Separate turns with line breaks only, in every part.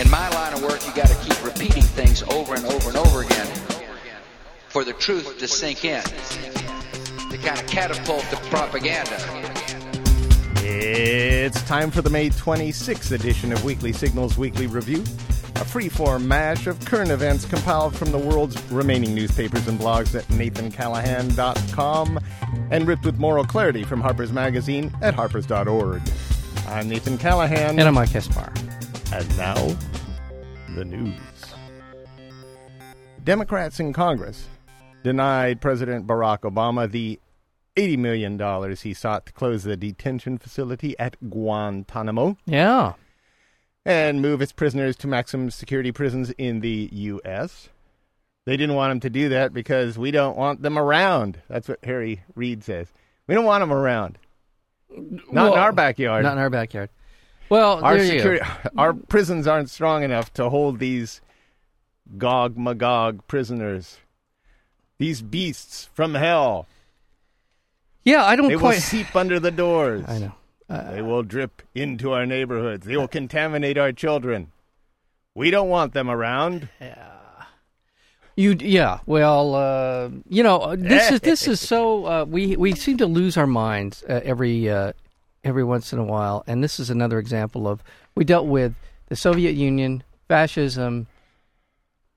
In my line of work, you got to keep repeating things over and over and over again for the truth to sink in, to kind of catapult the propaganda.
It's time for the May 26th edition of Weekly Signals Weekly Review, a free-form mash of current events compiled from the world's remaining newspapers and blogs at nathancallahan.com and ripped with moral clarity from Harper's Magazine at harpers.org. I'm Nathan Callahan,
And I'm Mike Espar.
and now, the news. Democrats in Congress denied President Barack Obama the $80 million he sought to close the detention facility at Guantanamo
Yeah.
and move its prisoners to maximum security prisons in the U.S. They didn't want him to do that because we don't want them around. That's what Harry Reid says. We don't want them around. Not in
Well,
our backyard.
Not in our backyard. Well,
our
there you go.
security, our prisons aren't strong enough to hold these gog magog prisoners. These beasts from hell.
Yeah, I don't
They will
quite.
seep under the doors.
I know. Uh,
They will drip into our neighborhoods. They will contaminate our children. We don't want them around.
You yeah. Well, uh, you know this is this is so uh, we we seem to lose our minds uh, every uh, every once in a while, and this is another example of we dealt with the Soviet Union, fascism,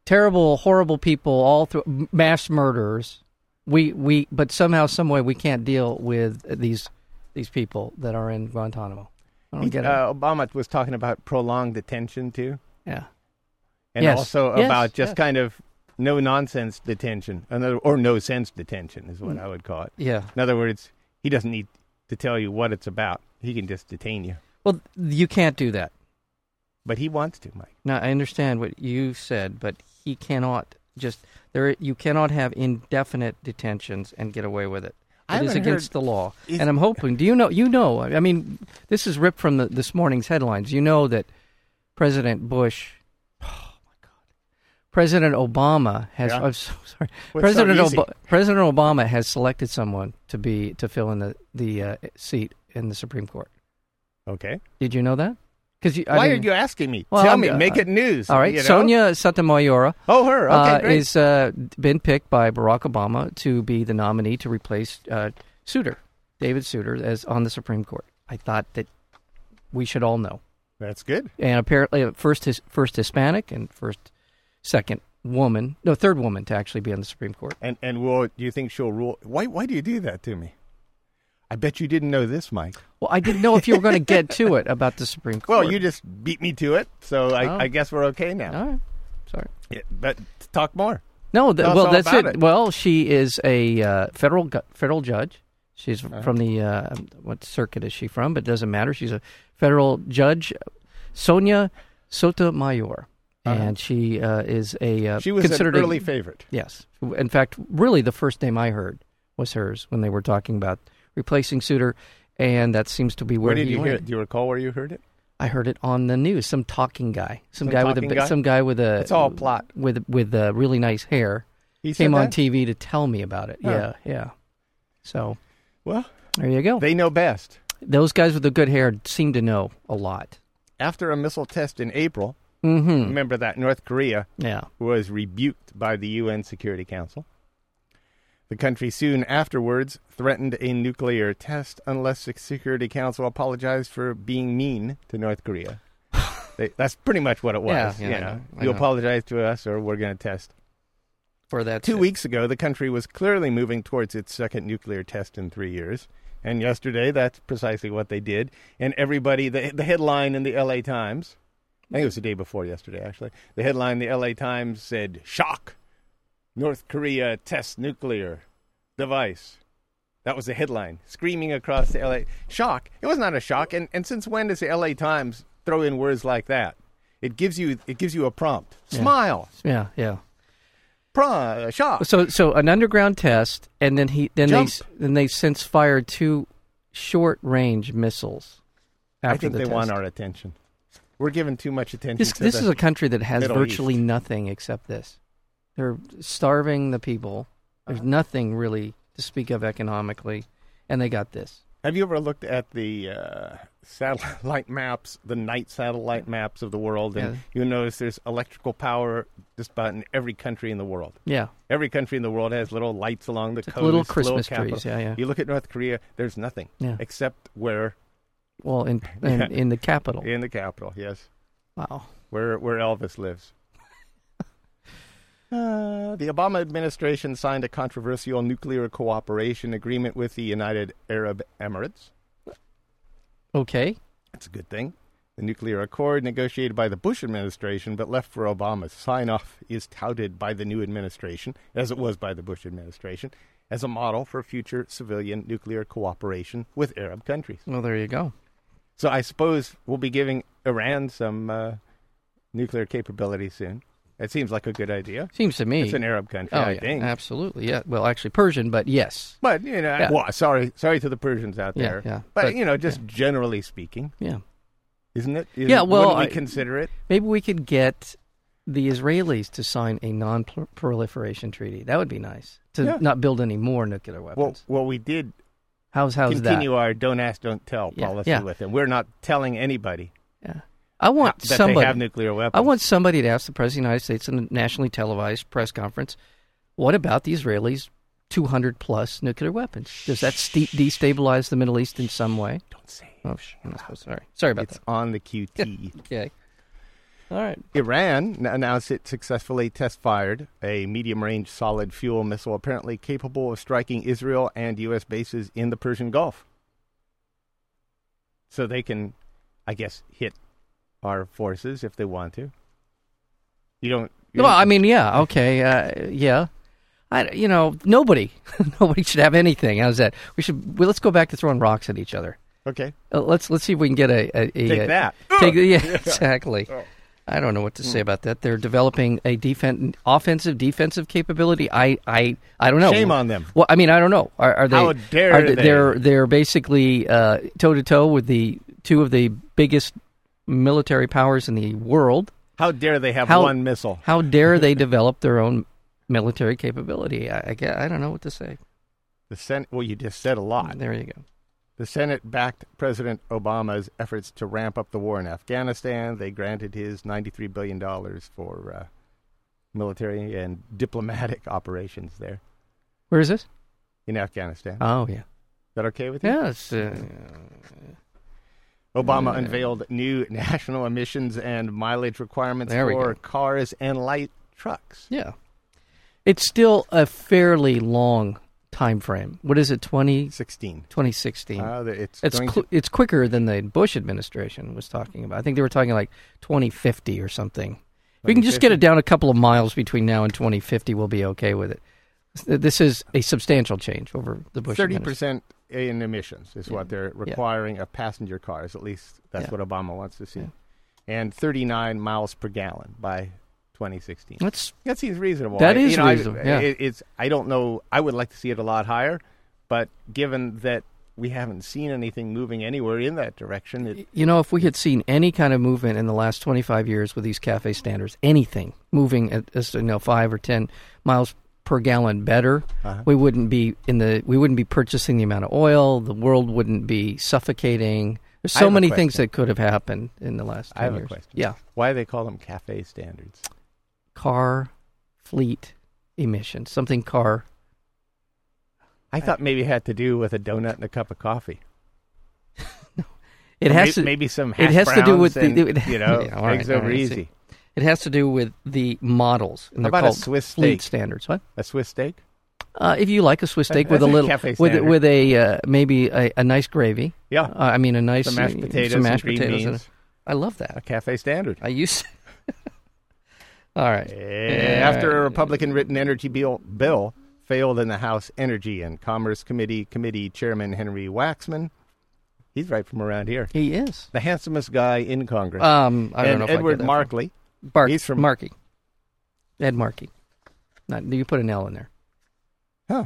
terrible, horrible people, all through m- mass murderers. We we but somehow, some way, we can't deal with these these people that are in Guantanamo. I don't get it.
Uh, Obama was talking about prolonged detention too,
yeah.
and
Yes.
also
Yes,
about just
yes.
kind of no nonsense detention, another or no sense detention is
Mm.
what I would call it.
Yeah.
In other words, he doesn't need to tell you what it's about. He can just detain you,
Well, you can't do that.
but he wants to, Mike.
Now I understand what you said, but he cannot just there. You cannot have indefinite detentions and get away with it.
I
It is
haven't
against
heard-
the law,
is-
and I'm hoping. Do you know? You know. I mean, this is ripped from the, this morning's headlines. You know that President Bush, oh President Obama has.
Yeah.
I'm so sorry.
What's so
President
easy?
President Obama has selected someone to be to fill in the the uh, seat in the Supreme Court.
Okay.
Did you know that? Because
Why are you asking me?
Well,
tell
I'm-
me. make
uh,
it news.
All right,
you know?
Sonia Sotomayor
Oh, her. Okay,
uh,
great.
is uh, been picked by Barack Obama to be the nominee to replace uh, Souter, David Souter, as on the Supreme Court. I thought that we should all know.
That's good.
And apparently, uh, first his, first Hispanic and first second woman, no third woman to actually be on the Supreme Court.
And and will do you think she'll rule? Why why do you do that to me? I bet you didn't know this, Mike.
Well, I didn't know if you were going to get to it about the Supreme Court.
Well, you just beat me to it, so I,
Oh.
I guess we're okay now.
all right? Sorry.
Yeah, but talk more.
No, th-
Tell us
well,
all
that's
about
it.
it.
Well, she is a uh, federal gu- federal judge. She's
Uh-huh.
from the uh, what circuit is she from? But it doesn't matter. She's a federal judge, Sonia Sotomayor, and she uh, is a uh,
Uh-huh. She was
considered a-
an early favorite.
yes. In fact, really, the first name I heard was hers when they were talking about replacing Souter, and that seems to be where,
Where did
he
you hear
went.
it? Do you recall where you heard it?
I heard it on the news. Some talking guy, some,
Some
guy with a
talking
bi-
guy?
some guy with a
It's all plot.
with with uh, really nice hair
He
came
said
on
that?
TV to tell me about it.
Huh.
Yeah, yeah. So
Well,
there you go.
they know best.
Those guys with the good hair seem to know a lot.
After a missile test in April,
Mm-hmm.
remember that North Korea
Yeah.
was rebuked by the UN Security Council. The country soon afterwards threatened a nuclear test unless the Security Council apologized for being mean to North Korea. They, that's pretty much what it was.
Yeah, yeah,
you
I
know.
know, I
you
know.
apologize to us, or we're going to test.
For that
Two weeks ago, the country was clearly moving towards its second nuclear test in three years. And yesterday, that's precisely what they did. And everybody, the, the headline in the LA Times, I think it was the day before yesterday, actually, the headline in the LA Times said, Shock! North Korea tests nuclear device. That was the headline, screaming across the LA. Shock! It was not a shock. And, and since when does the LA Times throw in words like that? It gives you, it gives you a prompt.
Yeah.
Smile!
Yeah, yeah.
Pro- uh, shock!
So so an underground test, and then he then
Jump.
they then they since fired two short range missiles. After
I think
the
they
test.
want our attention. We're giving too much attention.
This
to
this
the,
is a country that has
Middle
virtually
East.
nothing except this. They're
Uh-huh.
starving the people. There's nothing really to speak of economically, and they got this.
Have you ever looked at the uh, satellite maps, the night satellite maps of the world, and
Yeah.
you notice there's electrical power just about in every country in the world.
Yeah.
Every country in the world has little lights along the
It's like
coast,
little
little
Christmas trees,
capital.
yeah, yeah.
You look at North Korea, there's nothing
Yeah.
except where
Well, in in,
Yeah.
in the capital.
in the capital, yes,
Wow.
where where Elvis lives. Uh, the Obama administration signed a controversial nuclear cooperation agreement with the United Arab Emirates.
Okay.
That's a good thing. The nuclear accord negotiated by the Bush administration but left for Obama's sign off is touted by the new administration, as it was by the Bush administration, as a model for future civilian nuclear cooperation with Arab countries.
Well, there you go.
So I suppose we'll be giving Iran some uh, nuclear capability soon. It seems like a good idea.
Seems to me.
It's an Arab country,
oh,
I
yeah,
think.
absolutely. Yeah. Well, actually, Persian, but yes.
But you know,
Yeah.
well, sorry, sorry to the Persians out
Yeah,
there.
yeah.
But,
But-
you know, just generally speaking,
Yeah.
isn't it? Isn't-
Yeah, well,
wouldn't we
I-
consider it.
Maybe we could get the Israelis to sign a non-proliferation treaty. That would be nice to
Yeah.
not build any more nuclear
Well,
weapons.
well, we did
how's how's
continue
that?
our don't ask, don't tell
Yeah,
policy
yeah.
with them. We're not telling anybody
Yeah. I want
that
somebody.
they have nuclear weapons.
I want somebody to ask the President of the United States in a nationally televised press conference, what about the Israelis' 200 plus nuclear weapons? Does that ste- destabilize the Middle East in some way?
Don't say it.
Oh, sh- I'm not supposed- sorry. Sorry about
it's on the QT.
that. Okay. All right.
Iran n- announced it successfully test fired a medium range solid fuel missile apparently capable of striking Israel and U.S. bases in the Persian Gulf. So they can, I guess, hit our forces if they want to. You don't. you
Well,
don't-
I mean, yeah. Okay. Uh, yeah. I, you know, nobody, nobody should have anything. How's that? We should. Well, let's go back to throwing rocks at each other.
okay.
Uh, let's let's see if we can get a, a, a
Take
a-
that.
Take, yeah, exactly.
Oh.
I don't know what to say
Hmm.
about that. They're developing a defen offensive, defensive capability. I, I, I don't know.
Shame on them.
Well, I mean, I don't know. Are, are they?
How dare
are they,
they.
They're they're basically toe to toe with the two of the biggest military powers in the world.
How dare they have
How-
one missile?
How dare they develop their own military capability? I, I, gue- I don't know what to say.
The Senate. Well, you just said a lot.
There you go.
The Senate backed President Obama's efforts to ramp up the war in Afghanistan. They granted his $93 billion for uh, military and diplomatic operations there
Where is this?
in Afghanistan. Is
Oh yeah,
that okay with you?
yeah. It's, uh,
Obama unveiled new national emissions and mileage requirements
There we
for
go.
cars and light trucks.
yeah. It's still a fairly long time frame. What is it? Twenty
16.
2016.
Uh, th- it's
it's
going
cl-
to-
it's quicker than the Bush administration was talking about. I think they were talking like 2050 or something. If we can just get it down a couple of miles between now and 2050, we'll be okay with it. Th- This is a substantial change over the Bush.
Thirty
administration.
percent in emissions is what they're requiring of passenger cars. At least that's
Yeah.
what Obama wants to see,
Yeah.
and thirty-nine miles per gallon by 2016.
That's
That seems reasonable.
That
I-
is
you know, I-
reasonable, yeah.
it- it's I don't know. I would like to see it a lot higher, but given that we haven't seen anything moving anywhere in that direction, it,
you know, if we had seen any kind of movement in the last 25 years with these cafe standards, anything moving at as, you know five or 10 miles per gallon better,
Uh-huh.
we wouldn't be in the we wouldn't be purchasing the amount of oil. The world wouldn't be suffocating. There's
I
so
have a
many things
question.
that could have happened in the last. 10
I have
years.
a question.
Yeah,
why do they call them cafe standards?
car fleet emissions, something car.
I thought maybe it had to do with a donut and a cup of coffee.
It
Or
has
may-
to.
maybe some. Hash
it has to do with the-
browns and,
it-
you know
Yeah, all right,
eggs
all
over
right, I see.
easy.
It has to do with the models. And
How
they're
about a
called
Swiss steak?
fleet standards. What?
A Swiss steak.
Uh, if you like a Swiss steak
That-
with a
that's a
little,
cafe
with
standard.
with a uh, maybe a, a nice gravy.
Yeah.
Uh, I mean a nice
Some mashed
uh,
potatoes,
some
some
mashed
green
potatoes.
beans.
I love
a
that.
cafe standard.
I used. All right.
After a Republican written energy bill, bill failed in the House Energy and Commerce Committee, Committee Chairman Henry Waxman, he's right from around here,
He is.
the handsomest guy in Congress,
Um, I don't
and
know. If I
Edward
get that.
Markley,
Bark.
he's from-
Markey. Ed Markey. Not you put an L in there.
Huh.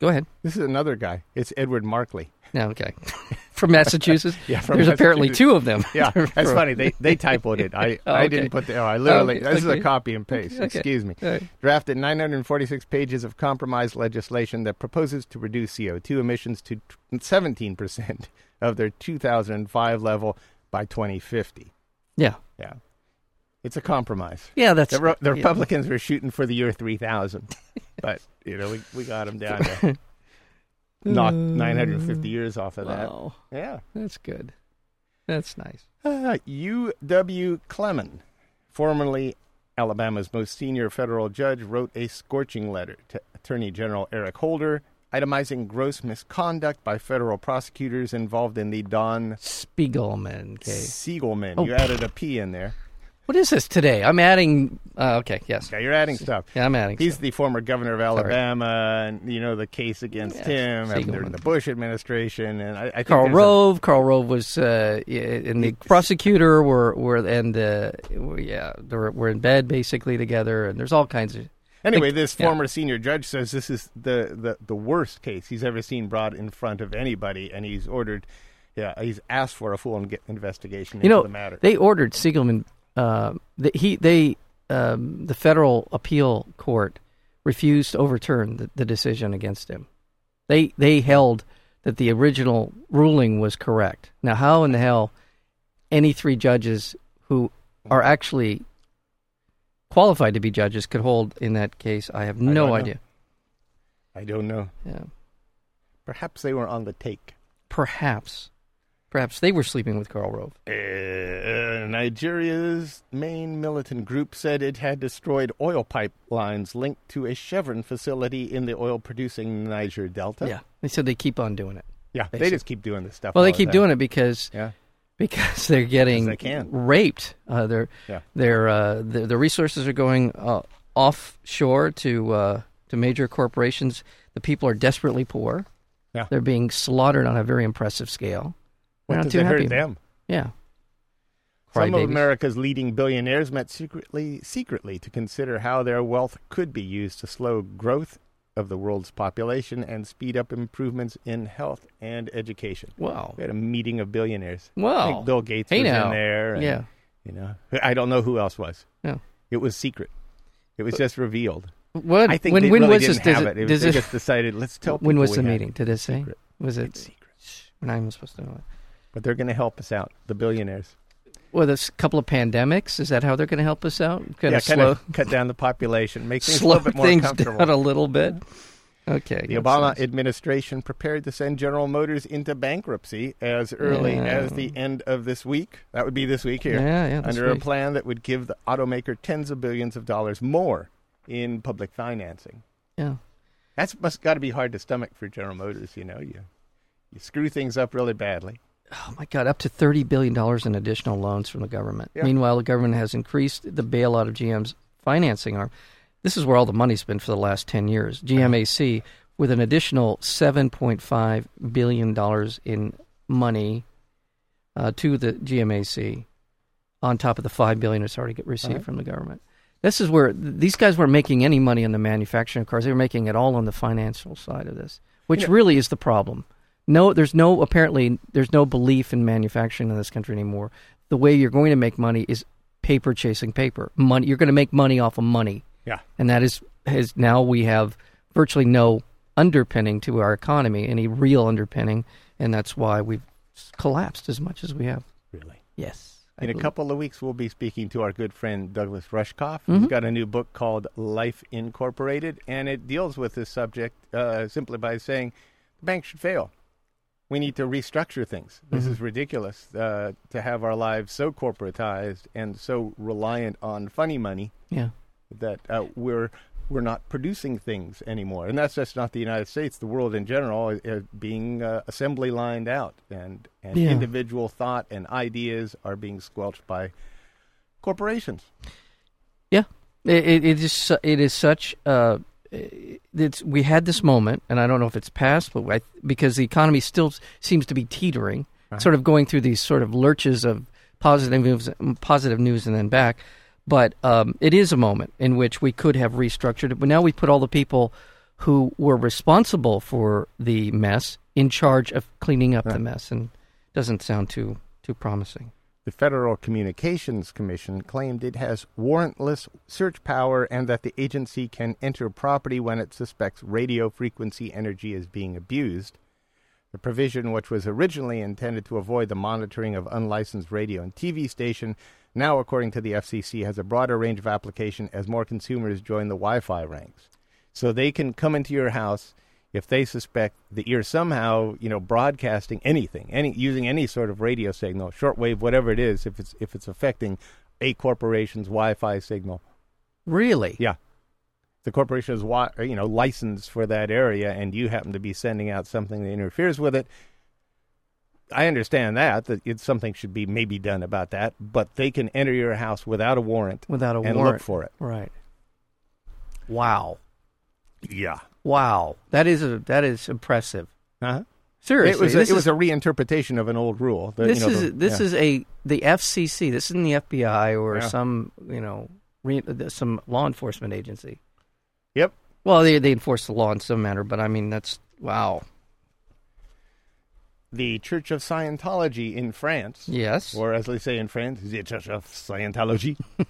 Go ahead.
This is another guy. It's Edward Markley.
No, okay. from Massachusetts.
Yeah, from
There's apparently
Massachusetts.
two of them.
Yeah, that's
From-
funny. They they typoed it. I,
Oh,
I
okay.
didn't put the. Oh, I literally.
okay,
This is a
okay.
copy and paste.
Okay.
Excuse me.
All right.
Drafted 946 pages of compromise legislation that proposes to reduce CO2 emissions to 17 percent of their 2005 level by 2050.
Yeah,
Yeah, it's a compromise.
yeah. That's
The, Ro- the
yeah.
Republicans were shooting for the year 3000, but you know we we got them down to knock 950 years off of that.
Wow,
Yeah.
that's good. That's nice.
Uh, U.W. Clement, formerly Alabama's most senior federal judge, wrote a scorching letter to Attorney General Eric Holder itemizing gross misconduct by federal prosecutors involved in the Don
Spiegelman case.
Siegelman.
Oh.
You added a P in there.
What is this today? I'm adding. Uh, okay, yes.
Yeah, you're adding stuff.
Yeah, I'm adding.
He's
stuff.
the former governor of Alabama, and you know the case against
Yeah,
him and during
Siegelman.
the Bush administration, and I, I think
Carl
there's a-
Rove. Carl Rove was uh, yeah, and the prosecutor were were and uh, were- yeah they were, were in bed basically together and there's all kinds of
Anyway, this
yeah.
former senior judge says this is the, the, the worst case he's ever seen brought in front of anybody, and he's ordered, yeah, he's asked for a full in- investigation
you
into
know
the matter.
they ordered Siegelman. Uh, the, he they um, the federal appeal court refused to overturn the, the decision against him. They they held that the original ruling was correct. Now, how in the hell any three judges who are actually qualified to be judges could hold in that case? I have
don't
no
know.
idea.
I don't know.
Yeah.
Perhaps they were on the take.
Perhaps, perhaps they were sleeping with Karl Rove.
Uh, Nigeria's main militant group said it had destroyed oil pipelines linked to a Chevron facility in the oil producing Niger Delta.
Yeah, they said they keep on doing it.
Yeah, they
Basic.
just keep doing this stuff.
Well, they keep doing it because
Yeah.
because they're getting
they can.
raped. Uh, their
Yeah.
their uh, the, the resources are going uh, offshore to uh, to major corporations. The people are desperately poor.
Yeah.
They're being slaughtered on a very impressive scale.
What
They're not
does
too
it
happy.
hurt them?
Yeah.
Some
Crybabies.
of America's leading billionaires met secretly, secretly to consider how their wealth could be used to slow growth of the world's population and speed up improvements in health and education.
Wow.
We had a meeting of billionaires. I
Wow.
think Bill Gates
Hey
was
now.
in there. and,
Yeah.
you know, I don't know who else was.
Yeah.
It was secret. It was just revealed.
What?
I think
when
they
when
really
was
didn't
this? Does
have
it-
it. It was-
does
they
it-
just decided let's tell.
when
people
was
we
the
had it.
meeting? Did it say?
Secret.
Was
It's
it?
secret.
We're not even supposed to know it.
But they're going to help us out, the billionaires.
Well, this couple of pandemics. Is that how they're going to help us out? Kind
yeah,
of slow.
kind of cut down the population, make things a
slow
little bit more
things
comfortable.
down a little bit. Okay.
The
that's
Obama
nice.
administration prepared to send General Motors into bankruptcy as early
Yeah.
as the end of this week. That would be this week here.
Yeah, yeah, this
under
week.
a plan that would give the automaker tens of billions of dollars more in public financing.
yeah.
That's must got to be hard to stomach for General Motors. You know, you you screw things up really badly.
Oh my God! Up to thirty billion dollars in additional loans from the government.
Yeah.
Meanwhile, the government has increased the bailout of GM's financing arm. This is where all the money's been for the last ten years. GMAC with an additional seven point five billion dollars in money uh, to the GMAC, on top of the five billion it's already get received
Uh-huh.
from the government. This is where th- these guys weren't making any money on the manufacturing of cars. They were making it all on the financial side of this, which
You know-
really is the problem. No, there's no apparently there's no belief in manufacturing in this country anymore. The way you're going to make money is paper chasing paper. Money you're going to make money off of money,
Yeah,
and that is is now we have virtually no underpinning to our economy, any real underpinning, and that's why we've collapsed as much as we have.
really.
Yes. I
In a
believe-
couple of weeks, we'll be speaking to our good friend Douglas Rushkoff. He's got a new book called Life Incorporated, and it deals with this subject uh, simply by saying the bank should fail. We need to restructure things. This is ridiculous uh, to have our lives so corporatized and so reliant on funny money
Yeah.
that uh, we're we're not producing things anymore. And that's just not the United States. The world in general is, is being uh, assembly lined out, and and
Yeah.
individual thought and ideas are being squelched by corporations.
Yeah, it, it, it is. su- It is such. Uh, it's we had this moment, and I don't know if it's past, but I, because the economy still s- seems to be teetering, sort of going through these sort of lurches of positive news, positive news, and then back. But um, it is a moment in which we could have restructured it. But now we put all the people who were responsible for the mess in charge of cleaning up the mess, and doesn't sound too too promising.
The Federal Communications Commission claimed it has warrantless search power and that the agency can enter property when it suspects radio frequency energy is being abused. The provision, which was originally intended to avoid the monitoring of unlicensed radio and TV station, now, according to the FCC, has a broader range of application as more consumers join the Wi Fi ranks. So they can come into your house if they suspect that you're somehow, you know, broadcasting anything, any using any sort of radio signal, shortwave, whatever it is, if it's if it's affecting a corporation's Wi-Fi signal.
Really?
Yeah, the corporation is wi- you know licensed for that area, and you happen to be sending out something that interferes with it. I understand that that it's something should be maybe done about that, but they can enter your house without a warrant,
Without a
and
warrant.
look for it.
Right. Wow.
Yeah,
Wow. That is a that is impressive.
uh-huh.
Seriously.
it was a, it
this
was
is,
a reinterpretation of an old rule. The- you
this
know,
is
the-
this
yeah.
is a the FCC. This isn't the FBI or
Yeah.
some you know re, some law enforcement agency.
yep.
Well, they they enforce the law in some manner, but I mean that's wow.
The Church of Scientology in France
Yes.
or as they say in France, the Church of Scientology,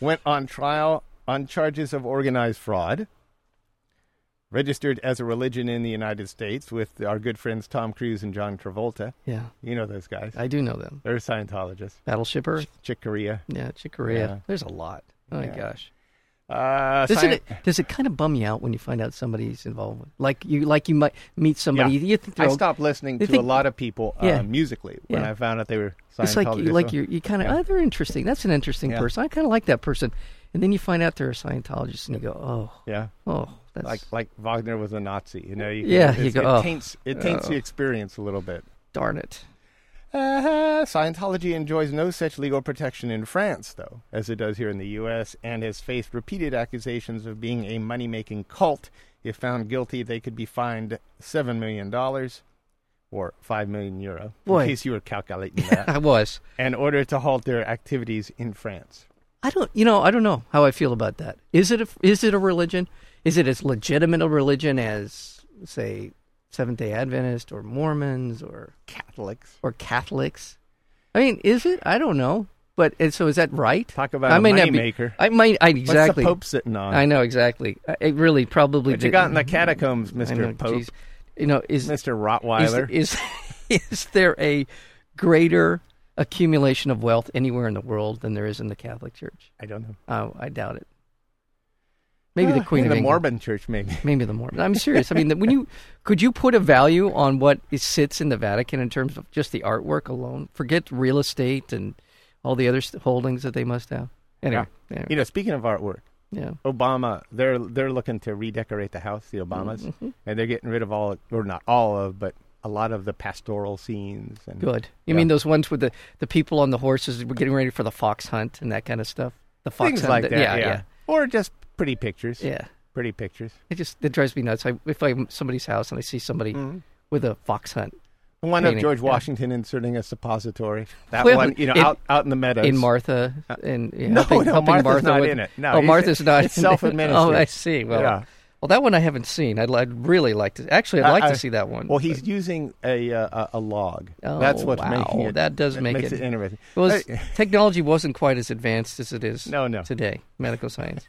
went on trial on charges of organized fraud. Registered as a religion in the United States with our good friends Tom Cruise and John Travolta.
yeah.
You know those guys.
I do know them.
They're Scientologists.
Battleship Earth.
Chick Corea.
Yeah, Chicoria.
Yeah.
There's a lot. Oh my
Yeah.
gosh.
Uh,
Doesn't
Scien-
it, does it kind of bum you out when you find out somebody's involved? With, like you, like you might meet
Yeah.
somebody. You think they're
I
all-
stopped listening
they
to a
think-
lot of people uh,
Yeah.
musically when
Yeah.
I found out they were Scientologists.
It's like you, like
So-
you, you kind of.
Yeah.
Oh, they're interesting. That's an interesting
Yeah.
person. I kind of like that person. And then you find out they're a Scientologist, and you go, oh,
Yeah.
oh, that's
Like like Wagner was a Nazi, you know. You,
Yeah, you
it's-
go,
it
"Oh,
taints it taints the experience a little bit.
darn it.
Uh, Scientology enjoys no such legal protection in France, though, as it does here in the U.S., and has faced repeated accusations of being a money making cult. If found guilty, they could be fined $7 million or 5 million euro,
Boy.
in case you were calculating that,
I was.
in order to halt their activities in France.
I don't. You know, I don't know how I feel about that. Is it a, is it a religion? Is it as legitimate a religion as say Seventh Day Adventists or Mormons or
Catholics.
or Catholics. I mean, is it? I don't know. But and so is that right?
Talk about
I
a
may not be-
moneymaker.
I might. I exactly.
What's the Pope sitting on?
I know exactly. I- It really probably.
What you got in the
didn't.
catacombs,
I
Mr.
know,
Pope?
geez. You know, is is,
Mr. Rottweiler?
is is there a greater accumulation of wealth anywhere in the world than there is in the Catholic Church?
I don't know.
Oh, I doubt it. Maybe the
Ah,
Queen
in
of
the
England.
Mormon church, maybe.
Maybe the Mormon. I'm serious. I mean, when you could you put a value on what is, sits in the Vatican in terms of just the artwork alone? Forget real estate and all the other st- holdings that they must have. Anyway, yeah.
You know, speaking of artwork,
yeah.
Obama, they're they're looking to redecorate the house, the Obamas, and they're getting rid of all, or not all of, but a lot of the pastoral scenes. And,
Good. You
Yeah.
mean those ones with the, the people on the horses were getting ready for the fox hunt and that kind of stuff? The fox
things
hunt.
like that?
Yeah,
Yeah, or just pretty pictures.
yeah. yeah.
pretty pictures.
It just it drives me nuts. I, if I'm at somebody's house and I see somebody
Mm-hmm.
with a fox hunt
The one of
Meaning,
George
yeah.
Washington inserting a suppository. That
Well,
one, you know,
in-
out out in the meadows.
in Martha and yeah,
Uh, no,
helping,
no,
helping
Martha's
Martha
not
with-
in it. No,
oh,
it's-
Martha's not.
it's
in it.
self-administered.
Oh, I see. Well,
Yeah.
well, that one I haven't seen. I'd, I'd really like to. Actually, I'd like
I- I-
to see that one.
Well, he's using a uh, a a log.
Oh,
That's what's making
wow.
it.
That does make
makes it
it-
interesting.
It was,
Hey,
technology wasn't quite as advanced as it is.
No, no.
Today, medical science.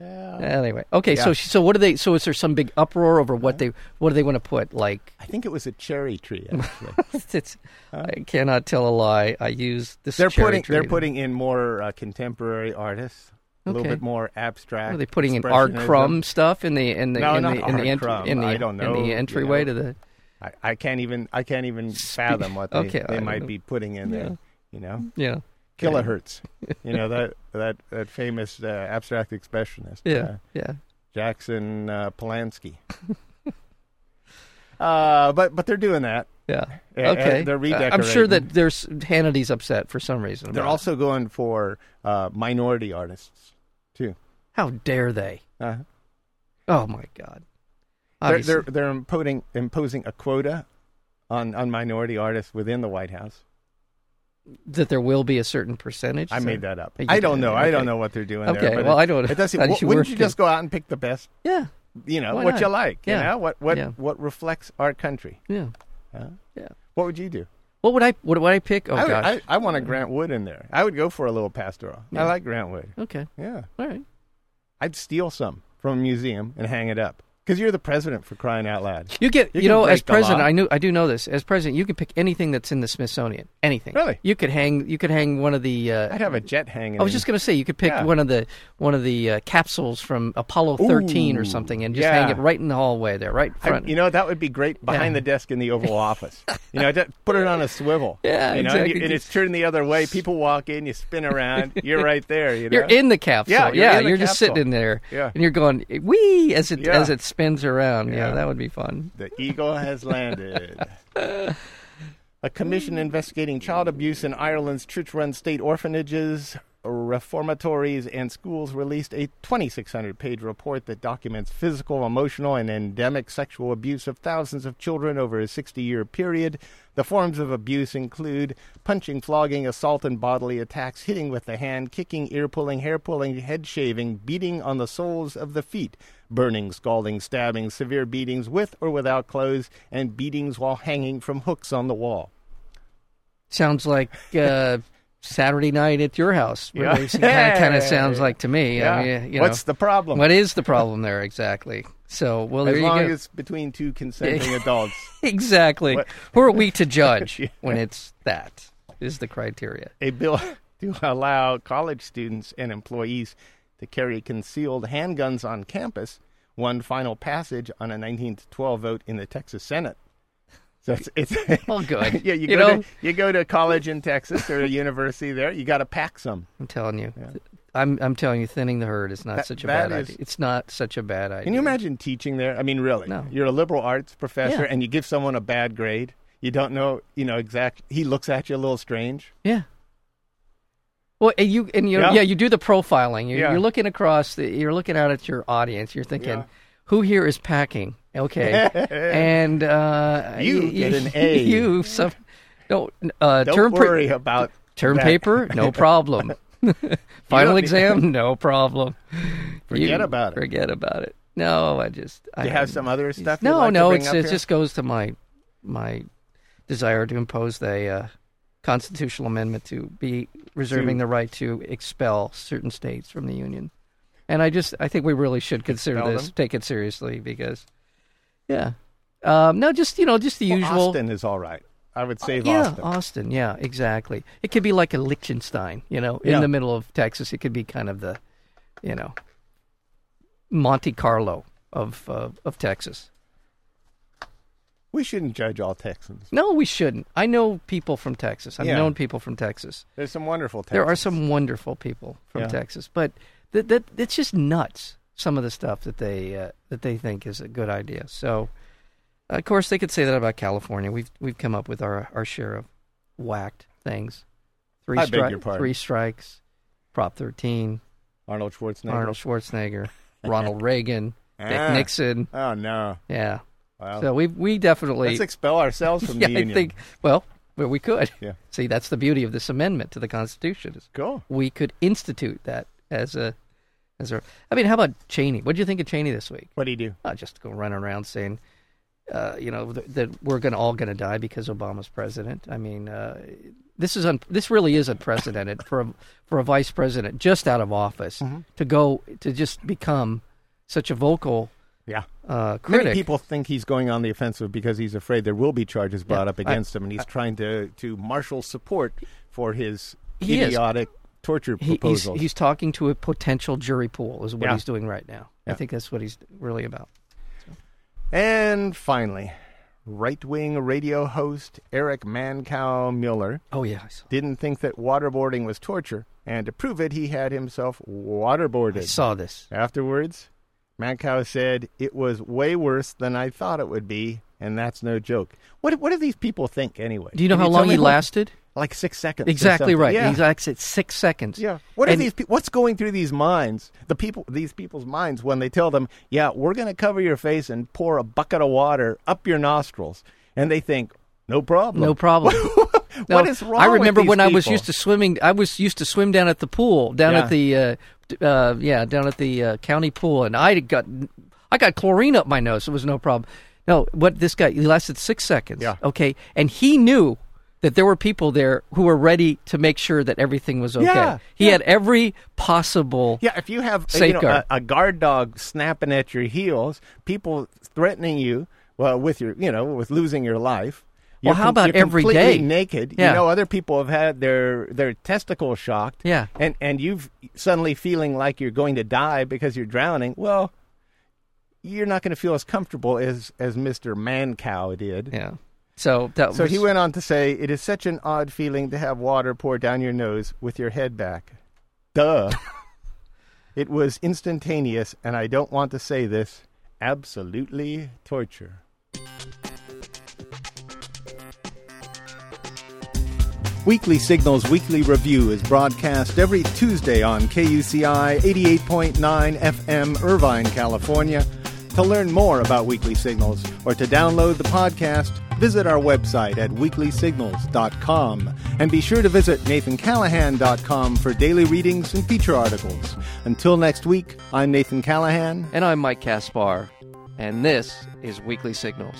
yeah.
anyway, okay.
Yeah.
So, she- so what do they? So, is there some big uproar over what they? What do they want to put? Like,
I think it was a cherry tree. Actually.
it's, I cannot tell a lie. I use this.
They're
cherry
putting they're
tree.
putting in more uh, contemporary artists, a little
Okay.
bit more abstract.
Are they putting in R.
expressionism.
Crumb stuff in the in the
No,
in the
not
in the,
R.
entry-
Crumb.
in the,
I don't know,
in the
you
entryway
know.
to the
I, I can't even I can't even fathom what they,
Okay, I
they
don't
might
know.
be putting in
Yeah.
there. You know,
yeah
kilohertz. you know that that that famous uh, abstract expressionist.
yeah
uh,
yeah.
Jackson uh, Polanski. uh, but but they're doing that.
Yeah.
Uh, uh,
Okay.
they're
Uh, I'm sure
redecorating.
that there's Hannity's upset for some reason.
They're
about it.
also going for uh, minority artists too.
How dare they?
Uh,
Oh my God.
they're,
Obviously.
they're they're imposing imposing a quota on on minority artists within the White House.
that there will be a certain percentage.
I
so-
made that up.
You
I don't
did,
know. I
okay.
don't know what they're doing.
Okay,
There, but
well,
it-
I don't-
It doesn't.
I
wh-
should
wouldn't
work
you just go out and pick the best?
Yeah.
You know
Why
what you
not?
like.
Yeah.
You know what what
Yeah.
what reflects our country.
Yeah.
Huh?
Yeah.
What would you do?
What would I? What would I pick? Oh
I, would-
gosh.
I, I want a Grant Wood in there. I would go for a little pastoral.
Yeah.
I like Grant Wood.
okay.
Yeah.
All right.
I'd steal some from a museum and hang it up because you're the president for crying out loud.
You get.
You can
You, know,
break
as
the law.
president, I knew. I do know this. As president, you can pick anything that's in the Smithsonian. Anything.
Really?
You could hang. You could hang one of the. Uh,
I'd have a jet hanging.
I was just going to say you could pick
Yeah.
one of the one of the uh, capsules from Apollo 13
Ooh,
or something and just
yeah.
hang it right in the hallway there, right in
I-
front.
you know that would be great behind the
Yeah.
desk in the Oval Office. You know, just put it on a swivel.
Yeah,
you know, and,
exactly.
you- and it's turned the other way. People walk in, you spin around, you're right there. You know?
you're in the capsule.
Yeah,
Yeah,
you're in
you're,
the
just
capsule.
sitting in there
Yeah.
and you're going wee as it
Yeah.
as it spins around. Yeah.
Yeah.
that would be fun.
The eagle has landed. A commission investigating child abuse in Ireland's church run state orphanages, reformatories, and schools released a 2,600 page report that documents physical, emotional, and endemic sexual abuse of thousands of children over a 60 year period. The forms of abuse include punching, flogging, assault, and bodily attacks, hitting with the hand, kicking, ear pulling, hair pulling, head shaving, beating on the soles of the feet, burning, scalding, stabbing, severe beatings with or without clothes, and beatings while hanging from hooks on the wall.
Sounds like uh, Saturday night at your house.
Yeah.
That kind of sounds like to me. I
Yeah.
mean, you
What's
know,
the problem?
What is the problem there exactly? So, well, there
as
you
long
go.
as it's between two consenting adults.
exactly.
What-
Who are we to judge
Yeah.
when it's that is the criteria?
A bill to allow college students and employees to carry concealed handguns on campus won final passage on a 19 to 12 vote in the Texas Senate. So it's, it's
Well, good.
yeah, you, go
You know?
to you go to college in Texas or a university there, you got to pack some.
I'm telling you. I'm I'm telling you, thinning the herd is not
That-
such a
that
bad
is-
idea. It's not such a bad idea.
Can you imagine teaching there? I mean, really?
No.
You're a liberal arts professor
Yeah.
and you give someone a bad grade. You don't know, you know, exact. He looks at you a little strange.
Yeah. Well, and you and you
Yeah.
yeah. you do the profiling. You're,
Yeah.
you're looking across. The, you're looking out at your audience. You're thinking,
Yeah.
who here is packing? Okay, and uh,
You
y-
get
y-
an A.
You some don't uh,
Don't
term pa-
worry about
term
that.
paper. No problem.
don't
Final
need-
exam. No problem.
Forget
You-
about it.
Forget about it. No, I just. I
Do you have
don't-
some other stuff? you'd
No,
like to
no,
bring
it's,
up
it
here?
just goes to my my desire to impose a uh, constitutional amendment to be reserving
To-
the right to expel certain states from the union. And I just I think we really should consider
Expel
this,
them?
take it seriously because yeah. Um, no, just you know, just the
Well,
usual.
Austin is all right. I would save
yeah,
Austin.
yeah, exactly. It could be like a Liechtenstein, you know, in
Yeah.
the middle of Texas. It could be kind of the, you know, Monte Carlo of uh, of Texas.
We shouldn't judge all Texans.
No, we shouldn't. I know people from Texas. I've
Yeah.
known people from Texas.
There's some wonderful Texans.
There are some wonderful people from
Yeah.
Texas, but that that it's just nuts. Some of the stuff that they uh, that they think is a good idea. So, uh, of course, they could say that about California. We've we've come up with our our share of whacked things. Three
I beg
stri-
your pardon.
Three strikes. Prop thirteen.
Arnold Schwarzenegger.
Arnold Schwarzenegger. Ronald Reagan. Dick
Ah.
Nixon.
Oh no!
Yeah.
Well,
So we we definitely
let's expel ourselves from the
yeah,
union.
I think. Well, well, we could.
Yeah.
See, that's the beauty of this amendment to the Constitution is
Cool.
we could institute that as a, as a. I mean, how about Cheney? What do you think of Cheney this week?
What do you do?
Not just go running around saying, uh, you know, that, that we're going to all going to die because Obama's president. I mean, uh, this is un, this really is unprecedented for a for a vice president just out of office
Mm-hmm.
to go to just become such a vocal
Yeah.
uh, critic.
Many people think he's going on the offensive because he's afraid there will be charges brought up against him, and he's trying to to marshal support for his
He is.
idiotic torture
He- he's,
proposals.
he's talking to a potential jury pool is what
Yeah.
he's doing right now.
Yeah.
I think that's what he's really about.
And finally, right wing radio host Eric Mancow Mueller
Oh yeah, I saw,
didn't think that waterboarding was torture, and to prove it, he had himself waterboarded.
I saw this.
Afterwards, Mancow said it was way worse than I thought it would be, and that's no joke. What what do these people think anyway?
Do you know
Can
how
tell
long
me
he
what-
lasted?
Like six seconds. or
Exactly
something.
right.
Yeah.
He's like at six seconds.
Yeah. What are
And-
these? Pe- what's going through these minds? The people, these people's minds, when they tell them, "Yeah, we're going to cover your face and pour a bucket of water up your nostrils," and they think, "No problem.
No problem.
what
No,
is wrong?
I remember when I was used
used
to swimming. I was used to swim down at the pool, down
Yeah.
at the uh, d- uh, yeah, down at the uh, county pool, and I got I got chlorine up my nose. It was no problem. No, what this guy he lasted six seconds.
Yeah.
Okay, and he knew that there were people there who were ready to make sure that everything was okay.
Yeah,
he
yeah.
had every possible.
Yeah, if you have uh, you know,
Safeguard.
a, a guard dog snapping at your heels, people threatening you, well, with your, you know, with losing your life.
Well, how about
you're
every
completely
day?
naked?
Yeah.
You know, other people have had their their testicles shocked.
Yeah.
and and you've suddenly feeling like you're going to die because you're drowning. Well, you're not going to feel as comfortable as as Mister Man Cow did.
Yeah. So that
So
was,
he went on to say, "It is such an odd feeling to have water pour down your nose with your head back." Duh. it was instantaneous, and I don't want to say this. Absolutely torture. Weekly Signals Weekly Review is broadcast every Tuesday on KUCI 88.9 FM, Irvine, California. To learn more about Weekly Signals or to download the podcast, visit our website at weeklysignals.com. And be sure to visit nathancallahan.com for daily readings and feature articles. Until next week, I'm Nathan Callahan.
and I'm Mike Caspar, and this is Weekly Signals.